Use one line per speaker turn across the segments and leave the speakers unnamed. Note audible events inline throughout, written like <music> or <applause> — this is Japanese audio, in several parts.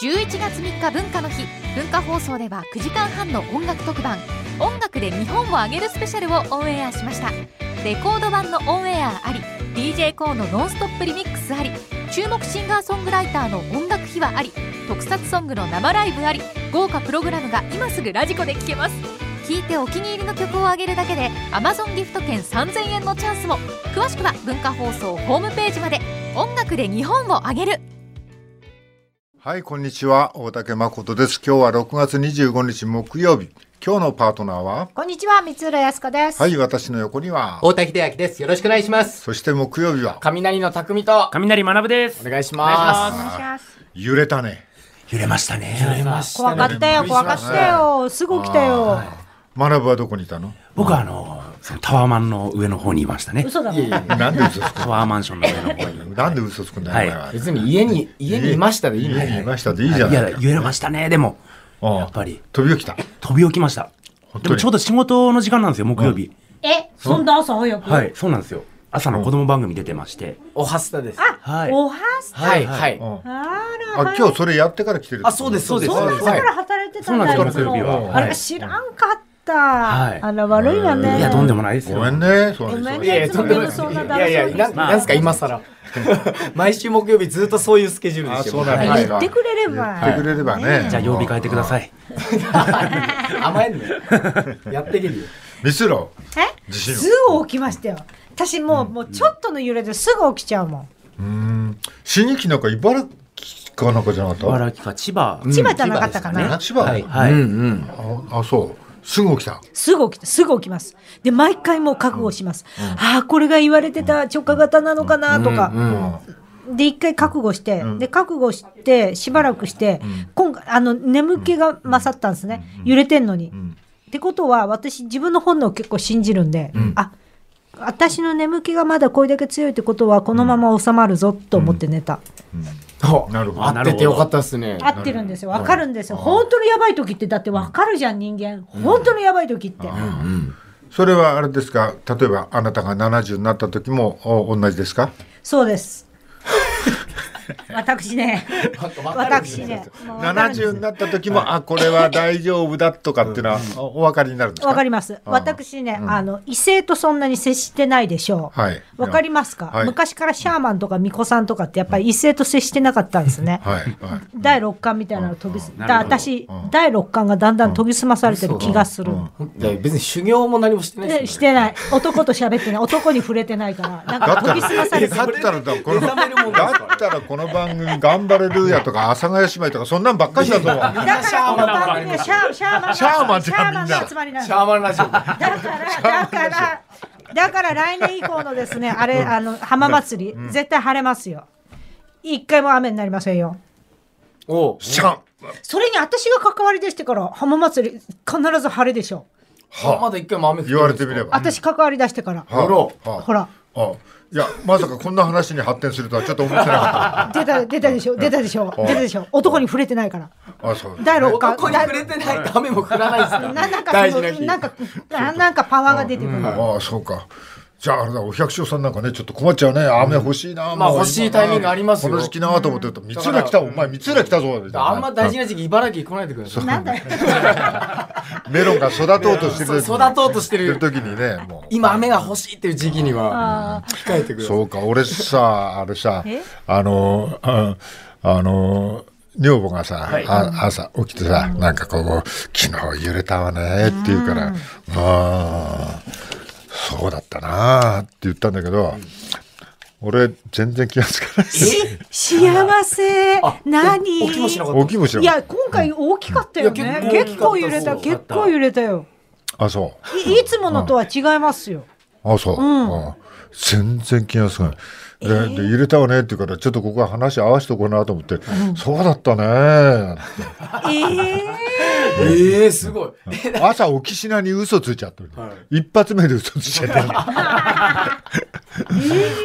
11月3日文化の日文化放送では9時間半の音楽特番「音楽で日本をあげるスペシャル」をオンエアしましたレコード版のオンエアあり d j k o の「ノンストップリミックス」あり注目シンガーソングライターの音楽秘話あり特撮ソングの生ライブあり豪華プログラムが今すぐラジコで聴けます聴いてお気に入りの曲をあげるだけで Amazon ギフト券3000円のチャンスも詳しくは文化放送ホームページまで音楽で日本をあげる
はい、こんにちは。大竹誠です。今日は6月25日木曜日。今日のパートナーは、
こんにちは、三浦靖子です。
はい、私の横には、
太田秀明です。よろしくお願いします。
そして木曜日は、
雷の匠と
雷学です
お願いしま
お願いします。
揺れたね。
揺れましたね。揺れまし
怖かったよ、怖かったよ、すぐ来たよ。
学ぶはどこにいたの
僕はあの、そのタワーマンの上の方にいましたね。
嘘だもん。
なんで嘘つく
タワーマンションの上の方に。
のなんで嘘つくんだよ、お
は
す。
前は。
別に家に家にいましたでいいの。
家にいましたでいいじゃ
い
ない。
や、揺れましたね、でも。
うん
やっぱり。
飛び起きた。
飛び起きました。
本
で
当
も
に
ちょうど仕事の時間なんですよ、木曜日。
え、そんな朝早く。
はい、そうなんですよ。朝の子供番組出てまして。
おはスタです。
はい。
おはす。
はいはい。
うん
あら、
あ、今日それやってから来てる。
あそうですそうです
そんな朝
は
か
い
ら働いてた
そう
だ
なん
よ。
ですよ、木曜日
もう
は。
あ
は
れ、
い。
知らんかっ
はい
た。あら、悪いわね。
いや、とんでもないですよ。
ごめんね、そ
ごめん
いやいやとんでもない
そんなだ
いやいやな
まあ
なんすか今更 <laughs> 毎週木曜日ずっとそういうスケジュール
あ、
です
そ
よ。
うなんです
言
か。
ってくれれば
言ってくれればね。
じゃあ、曜日変えてください。
甘えんね。 <laughs> やってけるよ。
ミスロ、
え
自
す
信を。
ぐ起きましたよ。私もう、もうちょっとの揺れですぐ起きちゃうもん。
うん。死にきなんか茨城かなんかじゃなかっ
茨城か千葉。
千葉じゃなかったか
た。
な。
千葉、
はい、はい。
うん。
ああ、そう。すぐ起きた。
すぐ起きた、すぐ起きます。で、毎回もう覚悟します。ああ、これが言われてた直下型なのかなとか。
うん。
で一回覚悟して、で覚悟してしばらくして、今回あの眠気が勝ったんですね、揺れてんのに。
ん
ってことは私自分の本能を結構信じるんで、
ん
あ私の眠気がまだこれだけ強いってことはこのまま収まるぞと思って寝た、
なるほど。
合っててよかったですね。
合ってるんですよ分かるんですよ、本当のやばい時ってだって分かるじゃん人間本当のやばい時って、
それはあれですか例えばあなたが70になった時もお同じですか
そうです
<laughs>
私ね私ねもう分かるんです
70になった時も、あこれは大丈夫だとかっていうのはおお分かりになるんですか
わかります。私ね、あの、異性とそんなに接してないでしょう。
はい
わかりますか、
はい
昔からシャーマンとか巫女さんとかってやっぱり異性と接してなかったんですね。
はいはい
第六感みたいなの研ぎす、だ
なるほど
私、第六感がだんだん研ぎ澄まされてる気がする。
いや別に修行も何もしてない
で
で
し
す
てない。男と喋ってない。男に触れてないから。なんか研ぎ澄まされて
だっ
る。
たらだこのだ
目覚めるもんですから
ったらこの番組「頑張れルーヤ」とか「阿佐ヶ谷姉妹」とかそんなんばっかりだと思う
だからこの番組はシャーシャーマンが
シャーマンじ
シャ
ゃん
ーマン
みんな
の集まりなんです
シャーマンラジオ。
だから、だから、だから来年以降のですね、あれ、あの、浜祭り、絶対晴れますよ。一回も雨になりませんよ。
<laughs> おう。
シャン
それに私が関わり出してから、浜祭り、必ず晴れでしょ。
まだ一回も雨降って
言われてみれば
私関わり出してから。
はあ
ほ
はあ
ほら、
はあいやまさかこんな話に発展するとはちょっと思ってなか
出た、出たでしょ、出たでしょ、出たでしょ。男に触れてないから。
ったあそう
第六感。
男に触れてないと雨も降らないですから。
なんか
大
そ
事
の
な、日。
なんか、あなんかパワーが出てくる。
ああそうかじゃああれだお百姓さんなんかねちょっと困っちゃうね雨欲しいな、
まあ
もう
欲しいタイミングありますよ
この時期なと思ってると「三浦来たお前三浦来たぞ」みたいな
あんま大事な時期茨城来ないでください。
なんだよ。
メロンが育とうとしてる
そう育とうとしてる
時にねもう
今雨が欲しいっていう時期には控えてください。
そうか俺さあれさ
え
あのああの女房がさ、あ朝起きてさなんかこう「昨日揺れたわね」って言うから「ああそうだったな」って言ったんだけど、俺全然気がつかない
幸せ。何
起きもしなかった。
起きもしないい
や、今回大きかったよね。
いや
結
結構
構揺れた、
大きか
結
った
構揺れたよ。
あそう
いいつものとは違いますよ。
あ、そう。あ全然気がつかない。で、で入れたわねって言うから、ちょっとここは話合わせとこうなと思って、そうだったね <laughs> ー。
ええ
ええすごい。
<laughs> 朝起きしなに嘘ついちゃった、一発目で嘘ついちゃった。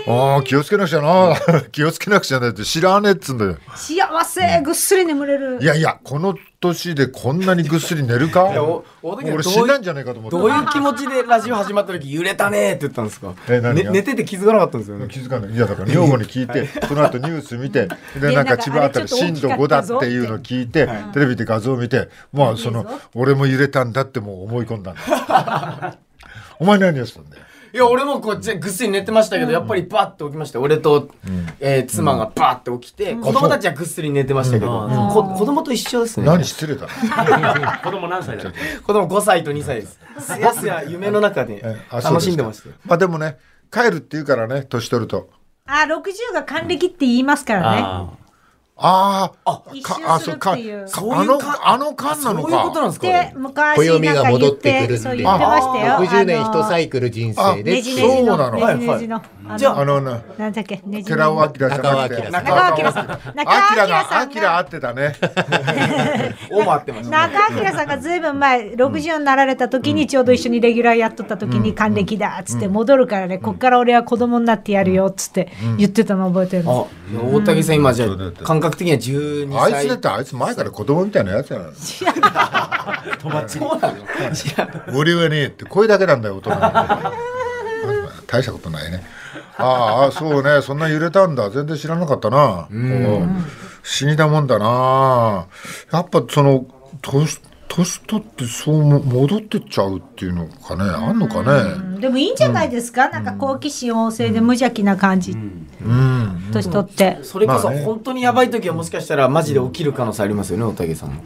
ああ、気をつけなくちゃな。 <laughs> 気をつけなくちゃねって知らねえっつうんだよ。
幸せぐっすり眠れる
いやいや、この年でこんなにぐっすり寝るか
いやお大竹さん
俺死んだんじゃないかと思って
どういう気持ちでラジオ始まった時揺れたねーって言ったんですか、
え何
ね
が
寝てて気づかなかったんですよね
気づかない。いや、だから女房に聞いて、その後ニュース見て、で、
で
なんか千葉あた
なん
り
かあれ
震
ち
度
ょっと
5
大き
だ
か
っ
ったぞ
ていうのを聞いて、テレビで画像を見て、まあ、その、俺も揺れたんだってもう思い込んだんだ。お前何をしたんだよ。
いや俺もこっちでぐっすり寝てましたけど、やっぱりバッと起きました俺と、えー妻がバッと起きて、子供たちはぐっすり寝てましたけど、こ子供と一緒ですね
何失礼だ。
子供何歳だっけ
子供5歳と2歳ですすやすや夢の中で
えあそう
楽
すか
しんでましたよ
まあでもね、帰るって言うからね、年取ると。
あ60が還暦って言いますからね
あ
ああ、
一
か
周
あ、
す
そう
るって
か、か
いう
あの、あの缶なの
そういうことな
か。
んですか
で
ね
昔なんか言ってそう言ってましたよ
60年
あの
一サイクル人
あ
生で
ねじねじ
そう
の
なの
ねじねじのあ
じゃ
あ
の
のな、
なんだっけねじねじ
寺
の
尾明じゃなくて。
尾
中
明さん
中尾明
中尾明さん
が、
が
明合ってたね。
おもあってましたね
中明さんがずいぶん前60になられた時にちょうど一緒にレギュラーやっとった時に還暦だっつって戻るからねこっから俺は子供になってやるよっつって言ってたの覚えてる
あ大竹さん今じゃ
そうだよ
あ感覚的には12
あ
歳
いつだって、あいつ前から子供みたいなやつやなの。
そうなのいや
俺はねって声だけなんだよ大人の大したこと <laughs> ないねああそうねそんな揺れたんだ全然知らなかったなおう不思議だもんだなやっぱその年年取ってそうも戻ってっちゃうっていうのかねあんのかね
でもいいんじゃないですか、なんか好奇心旺盛で無邪気な感じ、
うん
年取って、
それこそ
まあね
本当にやばい時はもしかしたらマジで起きる可能性ありますよね大竹さんも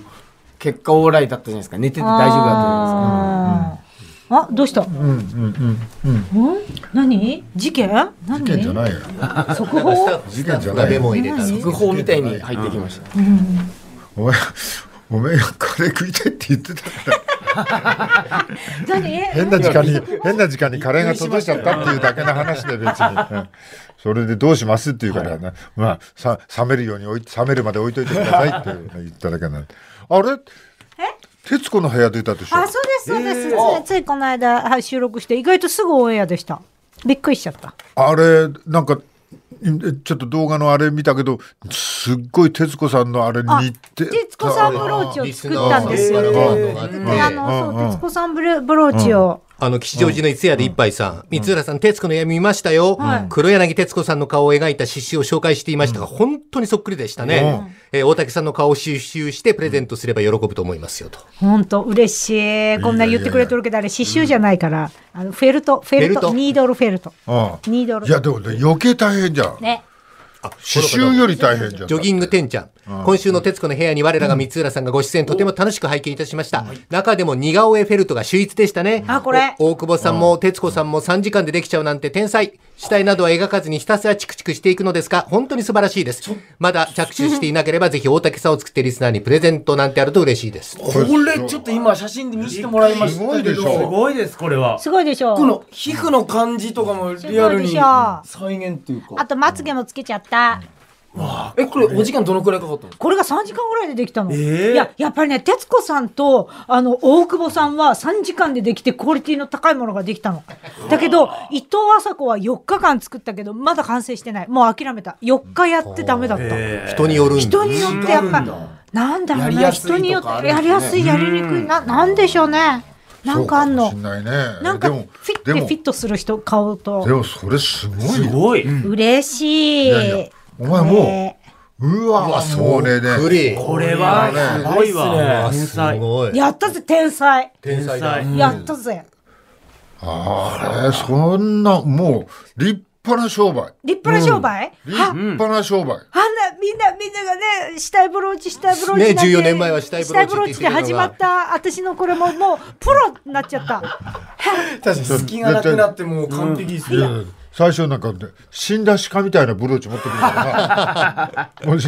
結果オーライだったじゃないですか寝てて大丈夫だったじゃないですか
あーあどうした、うん
うんうんうん
何事件
事
何
件じゃないよ
速報
事件じゃない
鍋
よ
も入れたの
続報みたいに入ってきました、
お前お前がカレー食いたいって言ってたから
何
変な時間に変な時間にカレーが届いちゃったっていうだけの話で別に、う
<laughs>
んそれでどうしますっていうからね、まあさ冷めるように置い冷めるまで置いといてくださいって言っただけなんであれ徹子の部屋出たでしょ
あそうですそうです、ついついこの間、はい、収録して意外とすぐオンエアでしたびっくりしちゃった
あれなんかんちょっと動画のあれ見たけどすっごい徹子さんのあれに似て
徹子さんブローチを
リス
作
ナ
ったん
ー
です
さん
よ、
からワードがあって、
であのそう徹子さんブルブローチを、
あの、吉祥寺の伊勢屋で一杯さん、三浦さん、徹子の闇見ましたよ。黒柳徹子さんの顔を描いた詩集を紹介していましたが、本当にそっくりでしたね。えー大竹さんの顔を収集してプレゼントすれば喜ぶと思いますよと。
ほんと嬉しいこんな言ってくれてるけどあれ刺繍じゃないから、あのフェルトフェル
フェル
ト
ト
ニードルフェルト
うん
ニードル
いやでもね余計大変じゃん
ね
あ、
刺繍より大変じゃん
ジョギングてんちゃん。今週の徹子の部屋に我らが三浦さんがご出演とても楽しく拝見いたしました。中でも似顔絵フェルトが秀逸でしたね。
あこれ
お大久保さんも徹子さんも3時間でできちゃうなんて天才。死体などは描かずにひたすらチクチクしていくのですが、本当に素晴らしいです。まだ着手していなければぜひ大竹さんを作ってリスナーにプレゼントなんてあると嬉しいです。
これちょっと今写真で見せてもらいまし
すご
た
い
け
でし
ど
す
ょ
ごいですこれは
すごいでしょ
この皮膚の感じとかもリア
すごい
ルに
でしょ
再現っていう
あ
か
とまつげもつけちゃった、
えこれお時間どのくらいかかったんですか
これが3時間ぐらいでできたの、
ええ
いややっぱりね徹子さんとあの大久保さんは3時間でできてクオリティの高いものができたのだけど伊藤麻子は4日間作ったけどまだ完成してないもう諦めた4日やってダメだった、
人によるんで
人によってやっぱなんだろう
やり
ね
やすい
人によっ
とかあ
て
るん
や
です
り
ね
やすいやりにくいななんでしょうねなんかあんの
そうもしんないね
なんか
で
フ
も
ィッて
で
フィ
も
ットする人顔
で
と
もそれすごい
す
よ
ごい
嬉し
い
い
やいやお前も
ね
う、うわ
す。
もうねね
クリ
これはすごいわ
あ、
天
す
才
ごい。
やったぜ天才
天才
やったぜ
あれそんなもう立派な商売
立派な商売
立
は
派な商売、
あんなみんなみんながね死体ブローチ死体ブローチ
ね
なんて
14年前は死体ブローチって言って
死体ブ
たのが
ローチで始まった私のこれももうプロになっちゃった
<laughs>
確かに隙がなくなってもう完璧です
い
ね
や最初なんかね死んだ鹿みたいなブローチ持ってくる
<laughs>
からなもうし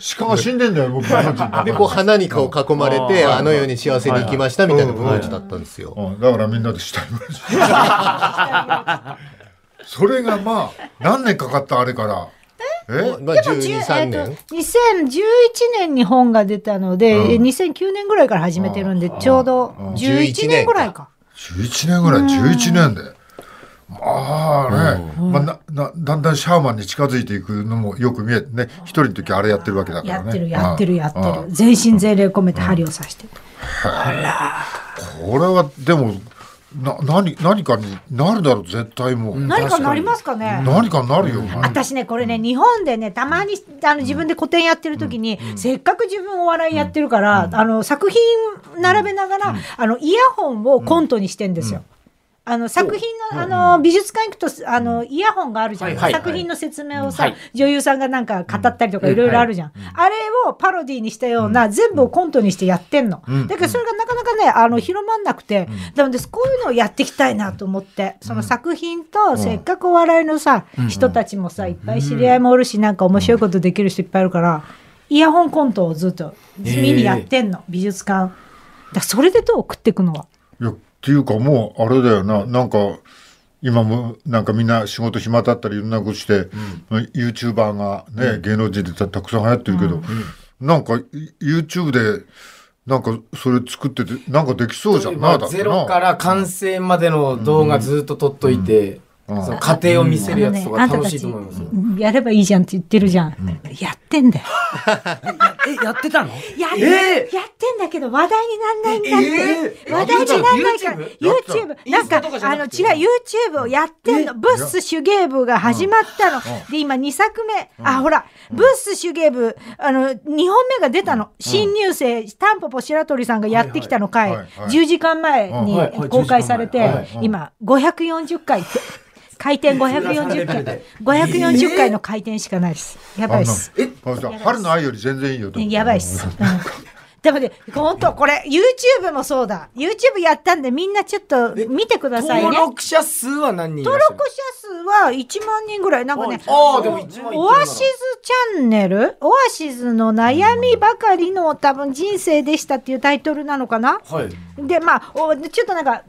し鹿が死んでんだよもうブローチの中
で、こう花にこう囲まれて、あの世に幸せに行きましたみたいなブローチだったんですよ。
うんだからみんなで
<laughs>
死体ブローチそれがまあ何年かかったあれからえ
まあ、12、3年。
2011年に本が出たので、2009年ぐらいから始めてるんで、ちょうど11年ぐらいか。
11年ぐらい11年でもああね、まあ、ななだんだんシャーマンに近づいていくのもよく見えてね一人の時あれやってるわけだか
や
らね
ってるやってるやって
ああ
る全身全霊込めて針を刺してる
これはでもな何何かになるだろう絶対もう、
何かなりますかね
何かになるよ、
私ねこれね日本でねたまにあの自分で個展やってる時に、せっかく自分お笑いやってるから、あの作品並べながら、あのイヤホンをコントにしてんですよ。あの作品のあの美術館行くとあのイヤホンがあるじゃん、
はいはい
作品の説明をさ、
はい
女優さんがなんか語ったりとかいろいろあるじゃん、あれをパロディーにしたような、全部をコントにしてやってんの、だけどそれがなかなかねあの広まんなくて、なのでこういうのをやっていきたいなと思ってその作品とせっかくお笑いのさ、人たちもさいっぱい知り合いもおるしなんか面白いことできる人いっぱいいるからイヤホンコントをずっと地味にやってんの、美術館だからそれでどう食っていくのはい
やっていうかもうあれだよななんか今もなんかみんな仕事暇だったりいろんなことして、ユーチューバーがね、芸能人でたたくさん流行ってるけど、なんか YouTube でなんかそれ作っててなんかできそうじゃんなだってな
ゼロから完成までの動画ずっと撮っといて、
ん
その過程を見せるやつとか
あのね
楽しいと思いますよ。
うんやればいいじゃんって言ってるじゃん、やってんだよ
え、やってたの
やる、
え
やってんだけど話題になんないんだって。
えー
話題になんないから、
やってた
YouTube。なんか、あの、違う、YouTube をやってんの。ブッス手芸部が始まったの。で、今2作目。あ、ほら、ブッス手芸部、あの、2本目が出たの。新入生、タンポポ白鳥さんがやってきたの回、
はいはいはいはい
10時間前に
はいはい
公開され
はい
て
は、
今、540回って。回転540回。540回の回転しかないです。やばいです。
えあじゃあ春の愛より全然いいよ
ねやばいっ
<laughs>
す。うんでもね、本当これ、YouTube もそうだ。YouTube やったんで、みんなちょっと見てくださいね。
登
登
録者数は何人いらっしゃる
録者数は1万人ぐらい。なんかね、
ああでも1万人
オアシズチャンネルオアシズの悩みばかりの多分人生でしたっていうタイトルなのかな
はい。
で、まあ、おちょっとなんか、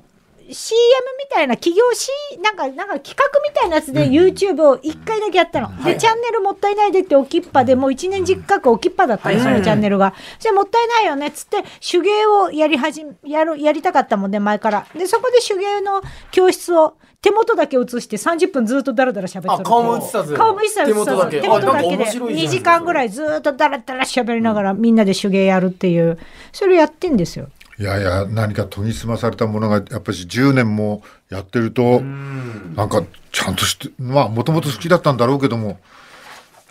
CM みたいな企業 C なんかなんか企画みたいなやつで YouTube を1回だけやったの、でチャンネルもったいないでって置きっぱでもう1年近く置きっぱだったの、そのチャンネルがじゃあもったいないよねっつって手芸をやり始めやるやりたかったもんね前からでそこで手芸の教室を手元だけ映して30分ずっとダラダラ喋ってた
あ顔も映さず
顔も一切映
手元
さ
だ
ず
け
手元だけ
あなんか
で
面白いじゃない
2
ですか
時間ぐらいずっとダラダラ喋りながらみんなで手芸やるっていうそれをやってんですよ
いやいや何か研ぎ澄まされたものがやっぱり10年もやってるとなんかちゃんとしてまあもともと好きだったんだろうけども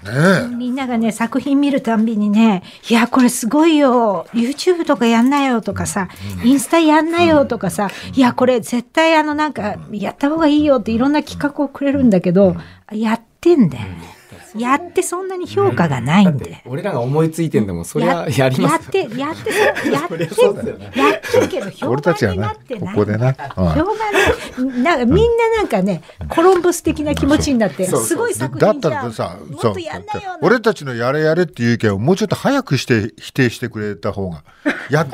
ねえ
みんながね作品見るたんびにね「いやこれすごいよ YouTube とかやんなよ」とかさ「インスタやんなよ」とかさ「いやこれ絶対あのなんかやった方がいいよ」っていろんな企画をくれるんだけどやってんだよねやってそんなに評価がないんで。
俺らが思いついてんでもそりゃ
や
やります
やって、や
よ
って、やって、やってるけど、評
俺たちは
判にな
な
って
こ
ない。
こでな、うん
評判になんかみんななんかね、コロンブス的な気持ちになって、すごい作
だ
品
っ
じ
た
ゃ
ら
ん
さ
も
そう
っとやんなよ。
俺たちのやれやれっていう意見をもうちょっと早くして否定してくれた方
<laughs>
がや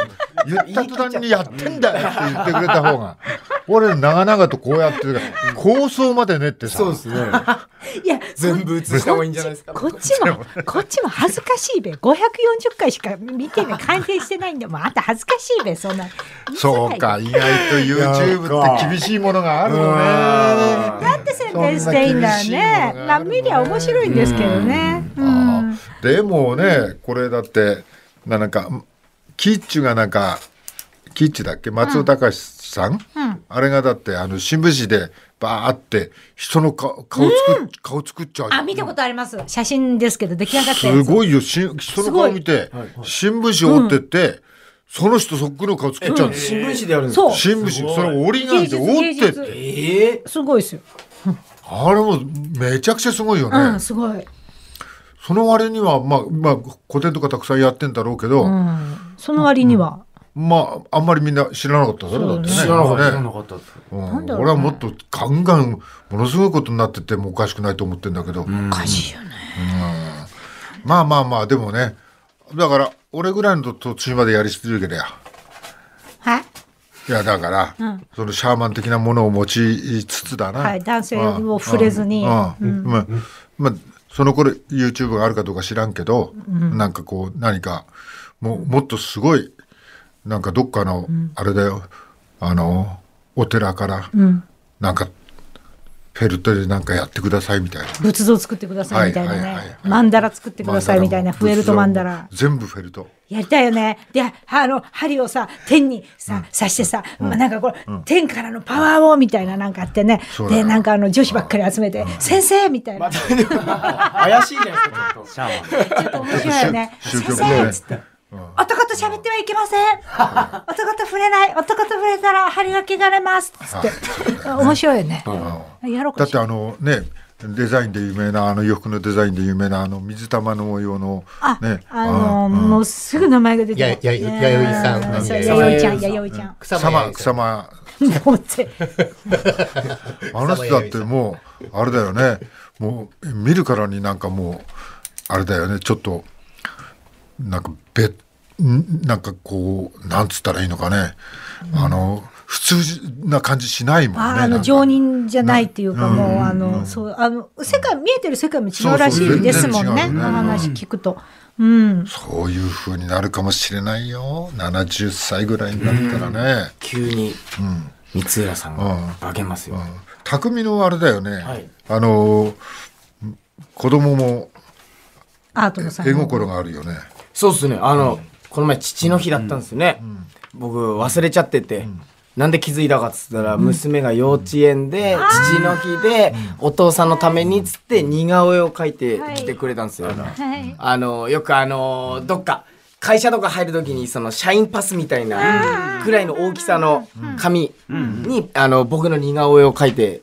言った途端にやってんだよって言ってくれた方が俺長々とこうやってるから構想までねってさ
そうですね。
いや、
全部映した方がいいんじゃないですか。
こっちも、こっちも恥ずかしいべ。540回しか見てね、完成してないんで、もうあんた恥ずかしいべ、そんな。
そうか意外と YouTube って厳しいものがあるよね
なんて宣伝していいんだよね。まあ、見りゃ面白いんですけどね。うん
あーでもねこれだってななんかキッチュがなんかキッチュだっけ松尾隆さん、あれがだってあの新聞紙でバーって人のか顔作っ、顔作っちゃう
あ、見たことあります。写真ですけど、出来上がった
す
やつ。
ごいよし人の顔見て、新聞紙折ってって、その人そっくりの顔作っちゃうんです、
新聞紙でやるんです
そう。
新聞紙それ折り紙で折ってって
えー
すごいですよ。
あれもめちゃくちゃすごいよね、
うん、すごい。
その割にはまあまあ古典とかたくさんやってんだろうけど、
うん。その割には。
まあ、あんまりみんな知らなかったそれだってね。
知らなかった。知ら
ね
なかった。
うん
だろ
俺
うね
はもっとガンガン、ものすごいことになっててもおかしくないと思ってんだけど。
おかしいよね。
まあまあまあ、でもね。だから、俺ぐらいの途中までやり続けりゃ。
はい。
いや、だから、そのシャーマン的なものを持ちつつだな。
はい男性を触れずに
うんうんまあ、まあ、その頃 YouTube があるかどうか知らんけど、なんかこう、何か、もうもっとすごい、なんかどっかの、あれだよ、あの、お寺から、なんか、フェルトでなんかやってくださいみたいな。
仏像作ってくださいみたいな
はいはいはい
ね
は。い
マンダラ作ってくださいみたいな。
マンダ
フ
ラも
エルトマンダラ。
仏像も全部フェルト。
やりたいよね。で、あの、針をさ、天にさ、刺してさ、まあ、なんかこれ、天からのパワーをみたいななんかあってね
そう。だよ
で、なんかあの、女子ばっかり集めて、先生みたいな。ち
怪しいじゃないですか、ちょっと。
ょっと面白いよね。
宗
先
教
生っつって。男と喋ってはいけません。男と触れない。男と触れたら針が汚れます。つって。面白いよね。やろう
だ
か
ってあのね、デザインで有名な、あの洋服のデザインで有名な、あの水玉の模様の、
あ、
ね、
あのもうすぐ名前が出て
ややややよいさん
ねそう
や
やよ
よ
い
い
ち
ち
ゃ
ゃ
ん、
ん
やよいちゃん。
草
草間、
間
草間、
もうぜ
あの人だってもう、あれだよね、もう見るからになんかもう、あれだよね、ちょっと、なんかべ、んなんかこう、なんつったらいいのかね、あの、普通な感じしないもんね。
ああ
なん
の
か
常人じゃないっていうか、もう、あの、そう、あの、世界、見えてる世界も違うらしいですもんね。
そうそう全然違う
お
ね
話聞くと。うん。
そういう風になるかもしれないよ。70歳ぐらいになったらね。
急に、三浦さんが化けますよ。
匠のあれだよね。
はい
あの、子供も
アートの才
絵
能。
心があるよね。
そうっすね。あの、この前父の日だったんですよね。僕忘れちゃってて。なんで気づいたかっつったら、娘が幼稚園で、父の日で、お父さんのためにっつって似顔絵を描いてきてくれたんですよ。
はい。
あの、よくあの、どっか、会社とか入るときに、その、社員パスみたいな、くらいの大きさの紙に、あの、僕の似顔絵を描いて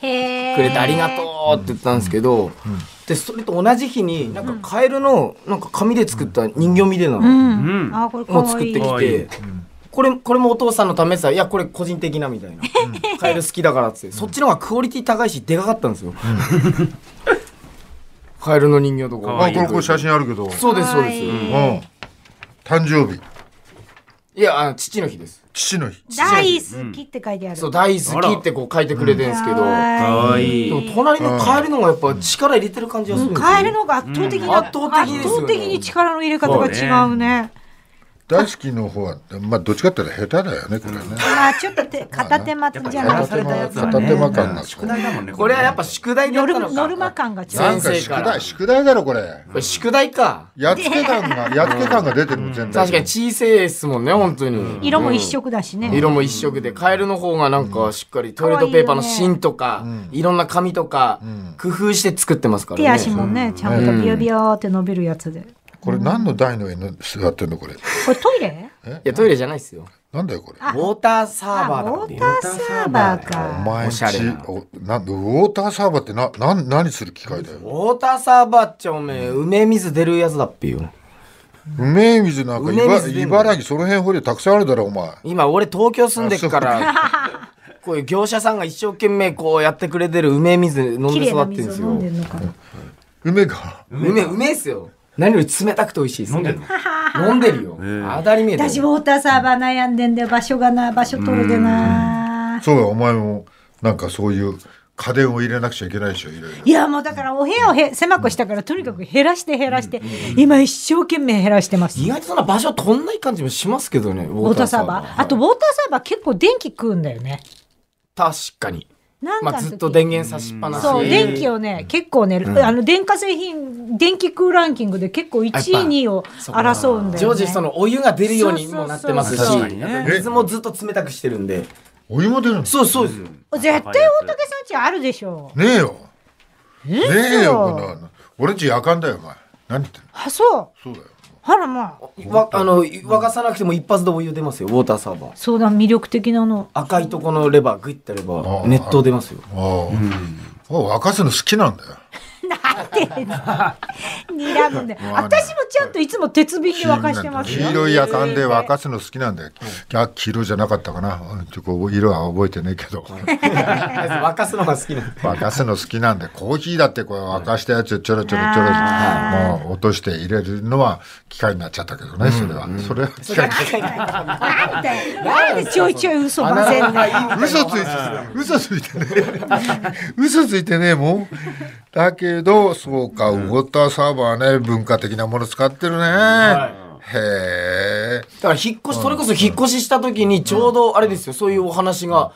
へえ。
くれてありがとうって言ったんですけど、で、それと同じ日に、なんかカエルの、なんか紙で作った人形みたいなの
う
も
ん。
うん。
あ、これかわ
作
い
っ
い。
てきて、これ、これもお父さんのためさ、いや、これ個人的なみたいな。カエル好きだからっつって、そっちの方がクオリティ高いし、でかかったんですよ。カエルの人形とか。
あ、これこれ写真あるけど。
そうです、そうです。
うん。誕生日、
いや、あの父の日です。
父の日。
大好きって書いてある。
そう、大好きってこう書いてくれてるんですけど、
わいい。
でも隣のカエルの方がやっぱ力入れてる感じがするんですよ。
カエルの方が圧倒的に、
うん圧倒的ですよね
圧倒的に力の入れ方が違うね。
大好きの方は、まあどっちかって言ったら下手だよね、これね。
まあ、ちょっと手片手間じゃな
片手
くて、
間、片手間感な
宿題だもんね。
これはやっぱ宿題だ
ノ
っ
ル
た
マ
のか。
ノルマ感が違う。
なんか
先
宿
生から
題、宿題だろ、これ。
これ宿題か。
やっつけ感が、やっつけ感が出てるもん、全体
確かに小さいですもんね、本当に。
色も一
うん。
色だしね。
色も一色で、カエルの方がなんかしっかりトイレットペーパーの芯とか、いろんな紙とか、工夫して作ってますからね。
手足もね、ちゃんとビヨビヨって伸びるやつで。
これ何の台の上に座ってんの、これ。
これトイレ
いや、トイレじゃないですよ。
なんだよ、これ。
ウォーターサー
あ、
バーだ
ウ
っ
ォー
ていう
ターサーバー
お
か。
前んち
おしゃれな
おなんウォーターサーバーってな、なん、何する機械だよ。
ウォーターサーバーっちゃおめえ、梅水出るやつだっぺよ。
梅水なんか
梅
茨
水でも
茨城その辺掘りたくさんあるだろお前
今俺東京住んでっからこういう業者さんが一生懸命こうやってくれてる梅水飲ん
綺
で
麗
育
な
ってるんです
水を飲
よ
んでんのかな。
梅が
梅梅っすよ何より冷たくて美味しいです飲んでる <laughs> 飲んでるよ当たり前だ
私ウ
よ
ォーターサーバー悩んでんで場所がな、場所取るでな。
そうだお前もなんかそういう家電を入れなくちゃいけないでしょいろいろ
いやもうだからお部屋をへ狭くしたからとにかく減らして減らして、今一生懸命減らしてます。
意外とそんな場所飛んない感じもしますけどねウ
ウォーターサーバー。あとウォーターサーバー結構電気食うんだよね。
確かに
なんかの
まあ
時
ずっと電源差しっぱなし
そう、電気をね、結構ね、あの電化製品、電気食うランキングで結構1位、
あやっぱ
2位を争うんだよ、ね。
常時そのお湯が出るようにもなってますし
そうそうそう
水もずっと冷たくしてるんで
お湯も出るの
そうそうですよ
絶対大竹さんちあるでしょ。
ねえよね
嘘
えよこんなの俺んち夜間だよお前何言ってんの
あ、そう。
そうだよ
あらまあ。
わあの沸かさなくても一発でお湯出ますよウォーターサーバー
そうだ、魅力的なの。
赤いとこのレバーグイッてやれば
あ
熱湯出ますよ
ああ、あ沸かすの好きなんだよ
なんで、睨むんだよ。
あ
私もちゃんといつも鉄瓶で沸かしてますよ。
黄色い夜間で沸かすの好きなんだよ、あ黄色じゃなかったかなうんちょっと色は覚えてねえけ
<laughs>
ど
沸かすのが好きなんで。
沸かすの好きなんで、コーヒーだってこう沸かしたやつをちょろちょろちょろ、もう落として入れるのは機械になっちゃったけどね、それは。それは機械
なんで、なんでちょいちょい嘘ばせんだよ。
嘘ついて、嘘ついてね。嘘ついてね、もう。だけど、そうか、ウォーターサーバーね、文化的なもの使ってるね。へえ。
だから引っ越し、それこそ引っ越しした時にちょうどあれですよ、そういうお話が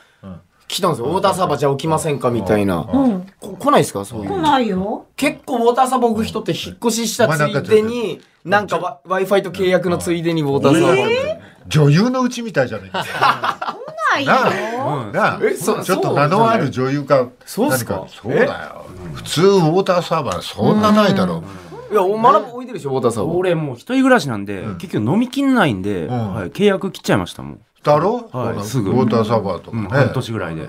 来たんですよ。ウォーターサーバーじゃあ起きませんかみたいな。
うん。
こ来ないですかそういう
来
の。
ないよ。
結構ウォーターサーバー置く人って引っ越ししたついでに、なんかわ Wi-Fi と契約のついでにウォーターサーバー置く。
女優のうちみたいじゃないですか。
来
な
ないよ。
あ、なあ
えそう
ちょっと名のある女優か、
そうっすか
何そうだよ。普通ウォーターサーバーそんなないだろ
いや、おまなぶ置いてるでしょ、ウォーターサーバー。
俺もう一人暮らしなんで、結局飲みきんないんで、
ん
はい、契約切っちゃいましたもん、
う。だろ
はい
ほら
すぐ
ウォーターサーバーと
うん、
か
半
ね。
年ぐらいで、はい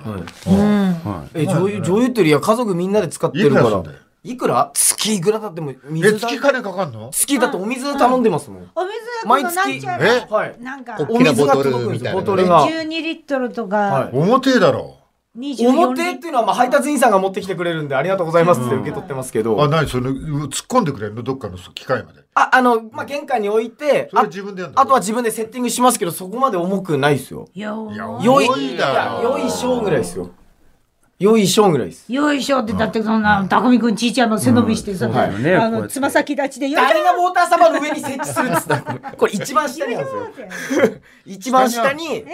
え、女優、女優っていうよりは家族みんなで使って
い
る
く
から
すんだ
ら
よ。。
いくら月いくらだっても、
え、
水
月
代
金かかんの
月だってお水頼んでますもん。
お水はこ
毎
のなん
月。
ちゃ
え
ら。
はい。
なんか、
お水が届くんですよ、ボ
大きなボ
ト
ト
ル
ル
が。
12リットルとか
は、
表だろ。
24リ
表
ッ
っ
ト
ていうのはまあ配達員さんが持ってきてくれるんでありがとうございますって受け取ってますけど、
あ、
あ
何それ、突っ込んでくれんのどっかの機械まで。
あの、まあ、玄関に置いて
それ
あ
自分でやるの
あとは自分でセッティングしますけどそこまで重くないですよ
ル。よ
いや
ー
よい
重いだろ
よいしょぐらいですよよいしょぐらいです
よいしょって、だってそんな、たくみくんちいちゃんの背伸びしてさ、
そうだよね
あ
こうや
の、
って
つま先立ちでよいし
誰がウォーターサーバーの上に設置するっつったのこれ一番下にあるんです
ょ
よ
って。
一番下に
え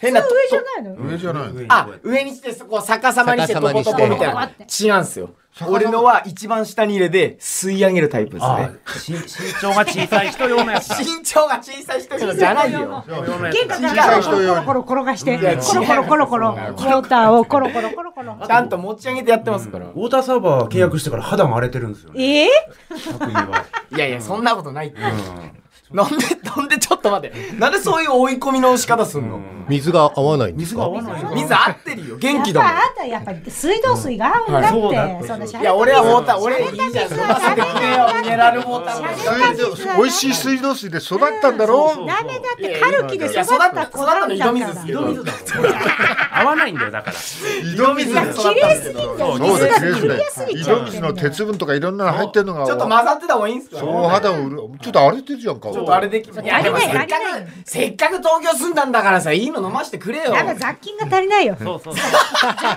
変なと
上じゃないの
上じゃないの
あ上にしてそこを逆さまにしてト
逆さま
コ
に
ト
して
コみたいな違うんですよ俺のは一番下に入れで吸い上げるタイプですね
し身長が小さい人用のやつ
<laughs>
だ
身長が小さい人じゃないよ
玄関か
小さ
ら
い人用に
コロコロ転がして、
や違う
コロコロコロコロ、ウォーターをコロコロコロコロ。
ちゃんと持ち上げてやってますから。
ウォーターサーバー契約してから肌も荒れてるんですよね
えー
匠はい
やいや、そんなことないって。なんで、なんでちょっと待って。なんでそういう追い込みの仕方すんの
水が合わないんで
水
すか
が合わない
水合ってるよ。元気だ
やっ
も
ぱあんたやっぱり水道水が合うんだ
そうだ
っ、
ってて
そんなシャ
ん。い
レ
や、
た
俺はウォーター、俺いいじゃん。
シャレた水
そんなすぐよ、ミネラルウォータ
シ
ー
ャレ
水道美味しい水道水で育ったんだろ
ダメだってカルキで育った子なんだ
い
から。
や育ったの井戸水ですけど
水だ合わないんだよだから
井戸水
水
だ
が
よ
綺麗すぎんだ
そ
よ。
う
水
だ
が
よ、
ち
レースで
入れすぎ。
井
ちゃっ
戸
てんだよ
水の鉄分とかいろんなの入ってるのが。
ょっと混ざってた方がいいんすか
そうお肌を潤うちょっと荒れてるじゃんか。
ちょっとあれでき、いやでもせっかく
足りない足りな、
せっかく東京住んだんだからさ、いいの飲ましてくれよ。
なんか雑菌が足りないよ。
そうそう
雑菌が足りな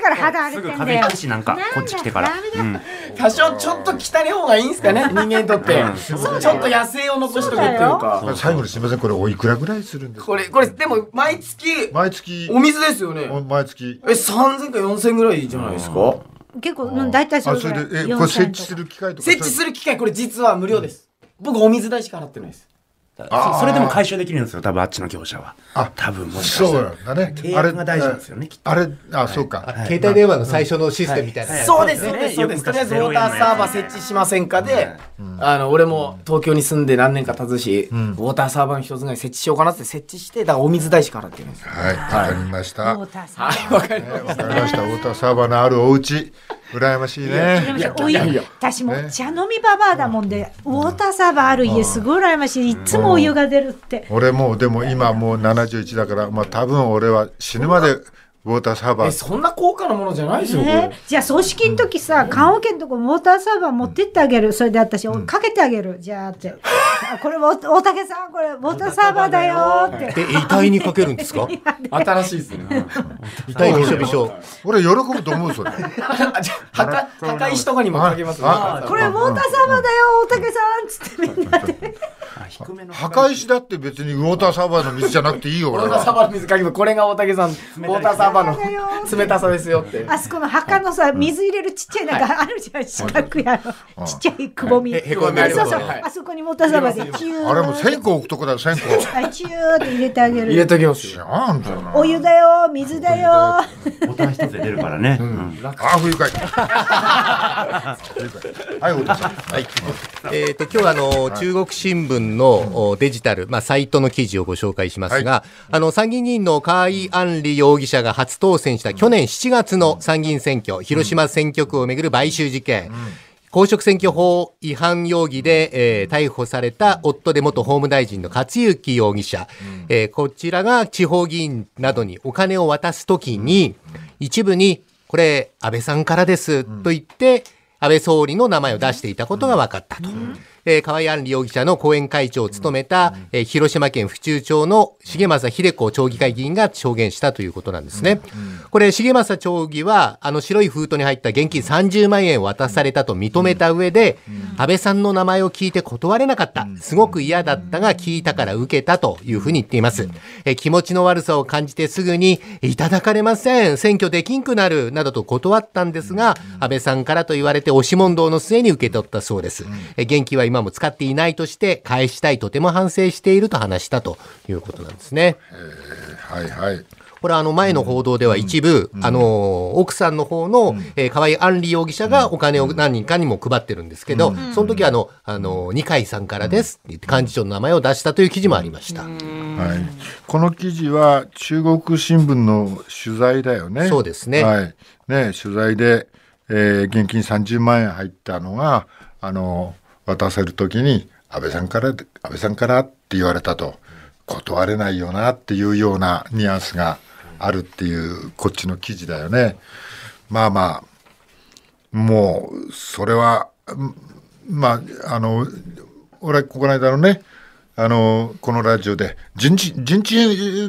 いから肌荒
す
れ
ぐ
てん
風
だよ
邪ひく。しなんかこっち来てからうん
多少ちょっと汚い方がいいんすかね、人間にとって。ちょっと野生を残しとくっていうか。
最後にすみません、これおいくらぐらいするんですか
これ、これ、でも毎月、
毎月、
お水ですよね。
お毎月。
え、3000か4000ぐらいじゃないですか
結構、うん、大体そ
あ、
れ
そ
ぐらい
れ。で、え、
4
これ設置
歳
す
とか
る機械とか。
設置する機械、これ実は無料です。僕、お水代しか払ってないです。
そそれでも回収できるんですよ多分あっちの業者は
あ
多分もしかし
そ
た
う
ら
なんだね。
契約が大事なんですよねきっと
あれ、あ、そうか。
携帯電話の最初のシステムみたいな。
そうです、そう
そう
で、
ですす
そう
よ
で
く
す。
昔
とりあえず、ウォーターサーバー設置しませんかで、あの、俺も東京に住んで何年か経つし、ウォーターサーバーの一つぐらい設置しようかなって設置して、だからお水代しか払ってないです。
はい、わかりました。
ウォ
わ
ーターさん。
かりました。ウォーターサーバーのあるお家、羨ましいね。
でもおい私も茶飲みババアだもんで、ウォーターサーバーある家すごい羨ましい。いつもお湯が出るって。
俺もうでも今もう71だから、まあ多分俺は死ぬまでウォーターサーバ
え、
ー
そんな高価なものじゃないですよ、こ
ね
れ。、
じゃあ葬式の時さ、棺桶のとこウォーターサーバー持ってってあげる。それで私、かけてあげる。じゃあ <laughs> って。あこれ、お大竹さん、これ、ウォーターサーバーだよーって。
で、遺体にかけるんですか
新しいです <laughs> ね。
遺体びしょびしょ。
俺喜ぶと思うそれ。
あじゃ <laughs> あはか高い人がにもかけますね。
あ
<laughs> これ、ウォーターサーバーだよー、大竹さんつってみんな
墓石だって別にウォーターサーバーの水じゃなくていいよ
ウ
俺
ォーターサ
は。
ーバーの水かけますこれが大竹さん、ウォーターサーバ
冷たい
ーの冷たさですよって。
あそこの墓のさ、水入れるちっちゃいなんかあるじゃん、四角いあの、ちっちゃいくぼみ。
へへこみ
あ
あ
れ
る
そうそう、
はい
あそこにモーターサーバーでチュー。
あれもう線香置くとこだよ線香。
はいチューって入れてあげ
入れ
る。
ときますよ。
なんだよな。
お湯だよー、水だよー。
ボタン一つで出るからねうん
あ、不愉快。不愉快はい、お父さん。はい。
えー、と今日はあの中国新聞のおデジタル、まあ、サイトの記事をご紹介しますが、あの参議院議員のカイ・アンリ容疑者が初当選した去年7月の参議院選挙広島選挙区をめぐる買収事件、公職選挙法違反容疑で、えー逮捕された夫で元法務大臣の克行容疑者、えーこちらが地方議員などにお金を渡すときに一部にこれ安倍さんからですと言って、安倍総理の名前を出していたことが分かったと。えー河合案里容疑者の後援会長を務めた、えー広島県府中町の重政秀子町議会議員が証言したということなんですね。これ、重政町議は、あの白い封筒に入った現金30万円を渡されたと認めた上で、安倍さんの名前を聞いて断れなかった。すごく嫌だったが聞いたから受けたというふうに言っています。えー気持ちの悪さを感じてすぐに、いただかれません。選挙できんくなる。などと断ったんですが、安倍さんからと言われて押し問答の末に受け取ったそうです。えー現金は今も使っていないとして、返したいとても反省していると話したということなんですね。
はいはい。
これはあの前の報道では一部、あの、奥さんの方の、えー河合安里容疑者がお金を何人かにも配ってるんですけど、その時はあの、あの、二階さんからですって言って幹事長の名前を出したという記事もありました。
はい、この記事は中国新聞の取材だよね。
そうですね
はい、ね取材で、えー現金30万円入ったのがあの渡せるときに安倍さんからで安倍さんからって言われたと断れないよなっていうようなニュアンスがあるっていうこっちの記事だよね。まあまあもうそれはうんまああの俺この間のねあのこのラジオで「人知人知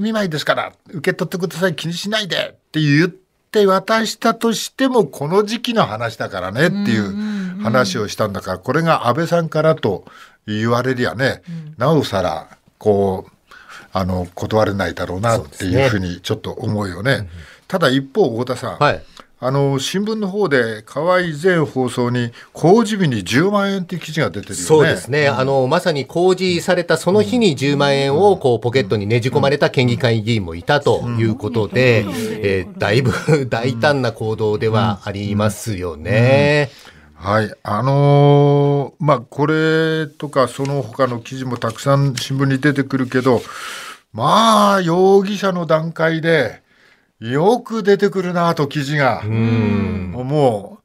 見舞いですから受け取ってください気にしないで」って言って渡したとしてもこの時期の話だからねっていう話をしたんだからこれが安倍さんからと言われりゃね、なおさらこうあの断れないだろうなっていうふうにちょっと思うよね。ただ一方太田さん、
はい
あの新聞の方で河合前放送に公示日に10万円って記事が出てるよね。
そうですね。あの、まさに公示されたその日に10万円をこうポケットにねじ込まれた県議会議員もいたということで、えーだいぶ <laughs> 大胆な行動ではありますよね。
はい、あのーまあこれとかその他の記事もたくさん新聞に出てくるけどまあ容疑者の段階でよく出てくるなと記事がも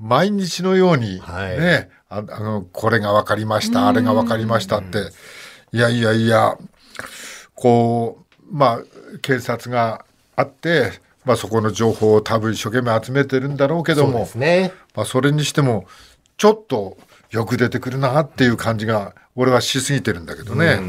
う毎日のようにね、
はい
ああのこれが分かりましたあれが分かりましたっていやいやいやこうまあ検察があって、まあ、そこの情報を多分一生懸命集めてるんだろうけど
そうで
も
す。ね。
まあ、それにしてもちょっとよく出てくるなっていう感じが俺はしすぎてるんだけどね。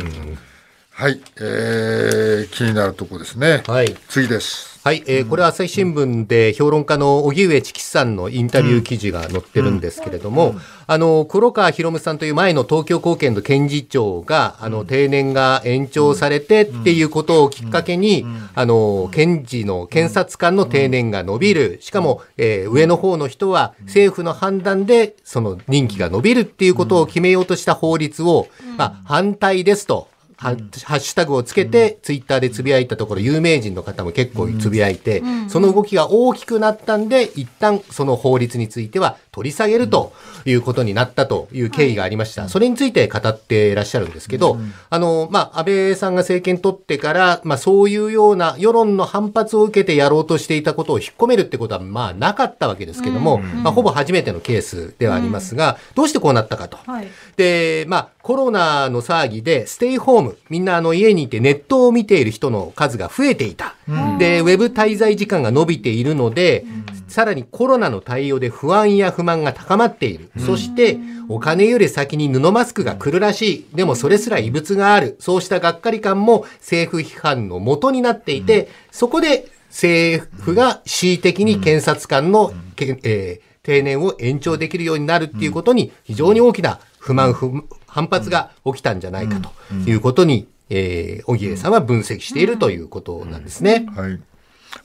はい、えー、気になるとこですね。
はい
次です。
はい、えーこれは朝日新聞で評論家の荻上知己さんのインタビュー記事が載ってるんですけれども、あの黒川博夢さんという前の東京高検の検事長があの定年が延長されてっていうことをきっかけに、あの検事の検察官の定年が伸びる、しかも、えー上の方の人は政府の判断でその任期が伸びるっていうことを決めようとした法律を、まあ、反対ですと。ハッハッシュタグをつけて、ツイッターでつぶやいたところ、有名人の方も結構つぶやいて、その動きが大きくなったんで、一旦その法律については取り下げるということになったという経緯がありました。それについて語っていらっしゃるんですけど、あの、まあ、安倍さんが政権取ってから、まあ、そういうような世論の反発を受けてやろうとしていたことを引っ込めるってことは、まあ、なかったわけですけども、まあ、ほぼ初めてのケースではありますが、どうしてこうなったかと。
はい
で、まあ、コロナの騒ぎで、ステイホーム、みんなあの家にいてネットを見ている人の数が増えていた。で、ウェブ滞在時間が伸びているので、さらにコロナの対応で不安や不満が高まっている。そして、お金より先に布マスクが来るらしい。でもそれすら異物がある。そうしたがっかり感も政府批判の元になっていて、そこで政府が恣意的に検察官のけ、えー定年を延長できるようになるっていうことに非常に大きな不満、不反発が起きたんじゃないかということに、えー、荻上さんは分析しているということなんですね。
はい。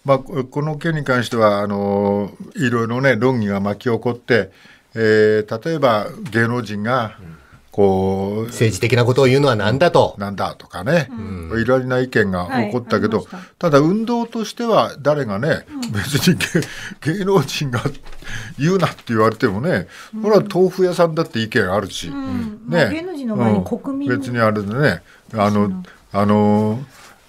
まあ、ここの件に関しては、あの、いろいろね、論議が巻き起こって、えー例えば芸能人が、こう、
政治的なことを言うのはなんだと。
なんだとかね、いろいろな意見が起こったけど、
はいありました
だ運動としては誰がね、別に芸芸 <laughs> 能人が言うなって言われてもね、これは豆腐屋さんだって意見あるし、
んまあ
ね、
芸能人の場合に
うん
国民
別にあれでね、あの、あの、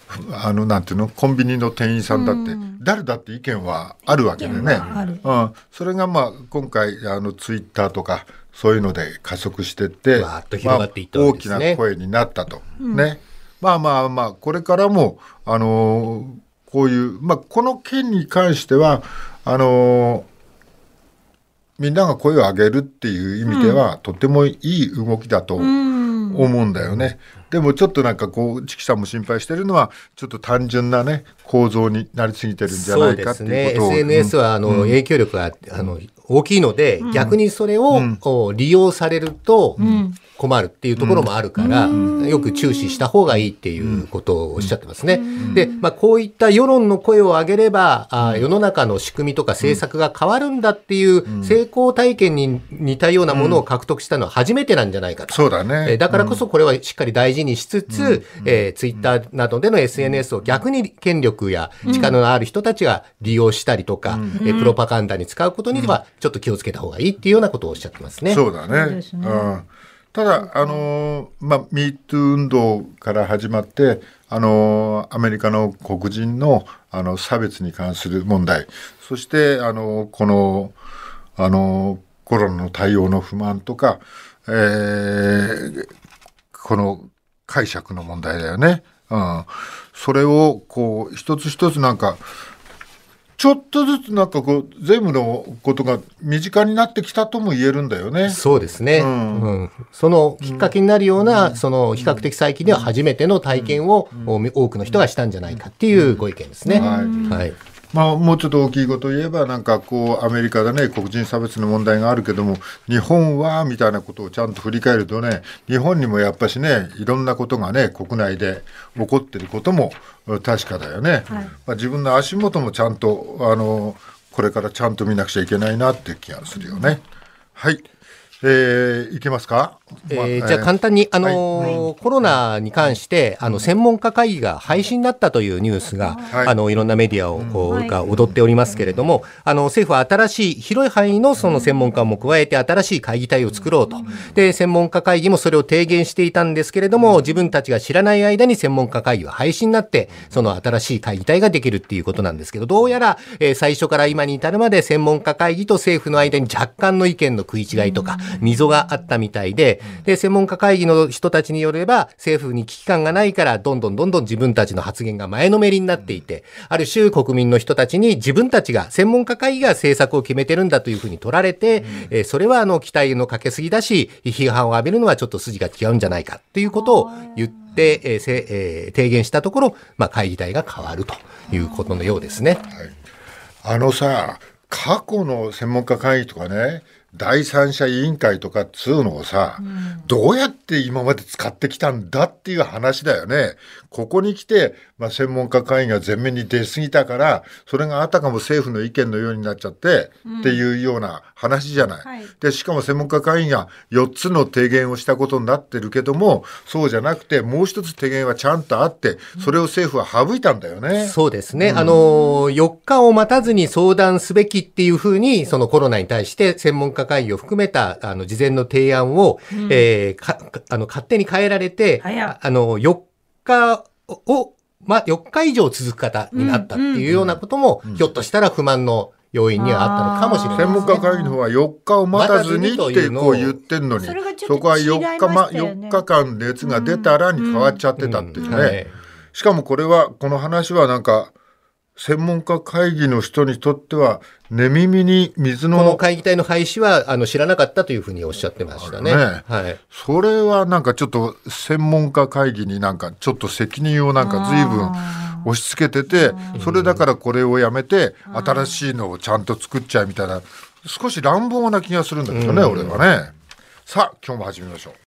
ふあのなんていうのコンビニの店員さんだって、誰だって意見はあるわけでね、
ある
うん、それがまあ今回あのツイッターとかそういうので加速してって
わーっと広がっていったわけで
ま
すね
あ大きな声になったと、ねまあまあまあこれからもあのーこういうまあこの件に関してはあのーみんなが声を上げるっていう意味では、とてもいい動きだと思うんだよね。でもちょっとなんかこうチキさんも心配してるのはちょっと単純なね構造になりすぎてるんじゃ
そ
な
う
い
で
かって
す
い
ね。
うことを。
SNS は、あの、影響力が、あの、大きいので、逆にそれをお利用されると困るっていうところもあるから、よく注視した方がいいっていうことをおっしゃってますね。で、まあ、こういった世論の声を上げれば、あ世の中の仕組みとか政策が変わるんだっていう成功体験に似たようなものを獲得したのは初めてなんじゃないかと。
そうだ
え
ね。
ーだからこそこれはしっかり大事にしつつ、えツイッター Twitter などでの SNS を逆に権力や力のある人たちが利用したりとか、えープロパガンダに使うことにはちょっと気をつけた方がいいっていうようなことをおっしゃってますね。
そうだ
そう
ね
ですね
うん、ただ、あのーまあ、ミートゥー運動から始まって、あのーアメリカの黒人のあの差別に関する問題そして、あのーこの、あのーコロナの対応の不満とか、えーこの解釈の問題だよね。うん、それをこう一つ一つなんかちょっとずつなんかこう全部のことが身近になってきたとも言えるんだよね。
そうですね、
うん
うんそのきっかけになるような、その比較的最近では初めての体験を、お多くの人がしたんじゃないかっていうご意見ですね。
はい
はい
まあ、もうちょっと大きいことを言えばなんかこうアメリカでね黒人差別の問題があるけども日本はみたいなことをちゃんと振り返るとね日本にもやっぱしねいろんなことがね国内で起こってることもうん確かだよね、まあ、自分の足元もちゃんとあのこれからちゃんと見なくちゃいけないなっていう気がするよね。はい、えー、いけますか、
え
ま
ーじゃあ簡単に、あのーコロナに関して、あの、専門家会議が廃止になったというニュースが、
い
あの、いろんなメディアを、こ、
はいう
が踊っておりますけれども、あの、政府は新しい、広い範囲のその専門家も加えて、新しい会議体を作ろうと。で、専門家会議もそれを提言していたんですけれども、自分たちが知らない間に専門家会議は廃止になって、その新しい会議体ができるっていうことなんですけど、どうやら、えー最初から今に至るまで専門家会議と政府の間に若干の意見の食い違いとか、溝があったみたいで、で、専門家会議の人たちによれば、政府に危機感がないから、どんどんどんどん自分たちの発言が前のめりになっていて、ある種国民の人たちに自分たちが、専門家会議が政策を決めてるんだというふうに取られて、えーそれはあの、期待のかけすぎだし、批判を浴びるのはちょっと筋が違うんじゃないか、ということを言って、えーせえー提言したところ、まあ、会議体が変わるということのようですね。
あのさ、過去の専門家会議とかね、第三者委員会とかっつうのをさ、どうやって今まで使ってきたんだっていう話だよね。ここに来て、まあ、専門家会議が前面に出過ぎたから、それがあたかも政府の意見のようになっちゃって、っていうような話じゃない。
はい
で、しかも専門家会議が4つの提言をしたことになってるけども、そうじゃなくて、もう一つ提言はちゃんとあって、それを政府は省いたんだよね。
そうですね。あのー、4日を待たずに相談すべきっていうふうに、そのコロナに対して専門家会議を含めた、あの、事前の提案を、えーか、かあの、勝手に変えられて、
早い
ああの、4日を、まあ、4日以上続く方になったっていうようなことも、ひょっとしたら不満の要因にはあったのかもしれないです
専
ね。
門家会議の方は4日を待たずにってこう言ってんのに、
それがちょっと
そこは4日,、ま、
違いましたよね
4日間熱が出たらに変わっちゃってたっていうね。
うんはい
しかもこれは、この話はなんか、専門家会議の人にとっては、寝耳に水
この
の、
会議体の廃止は、あの、知らなかったというふうにおっしゃってましたね。
ね
はい。
それはなんかちょっと専門家会議になんかちょっと責任をなんか随分押し付けてて、それだからこれをやめて、新しいのをちゃんと作っちゃうみたいな、少し乱暴な気がするんだけどね、俺はね。さあ、今日も始めましょう。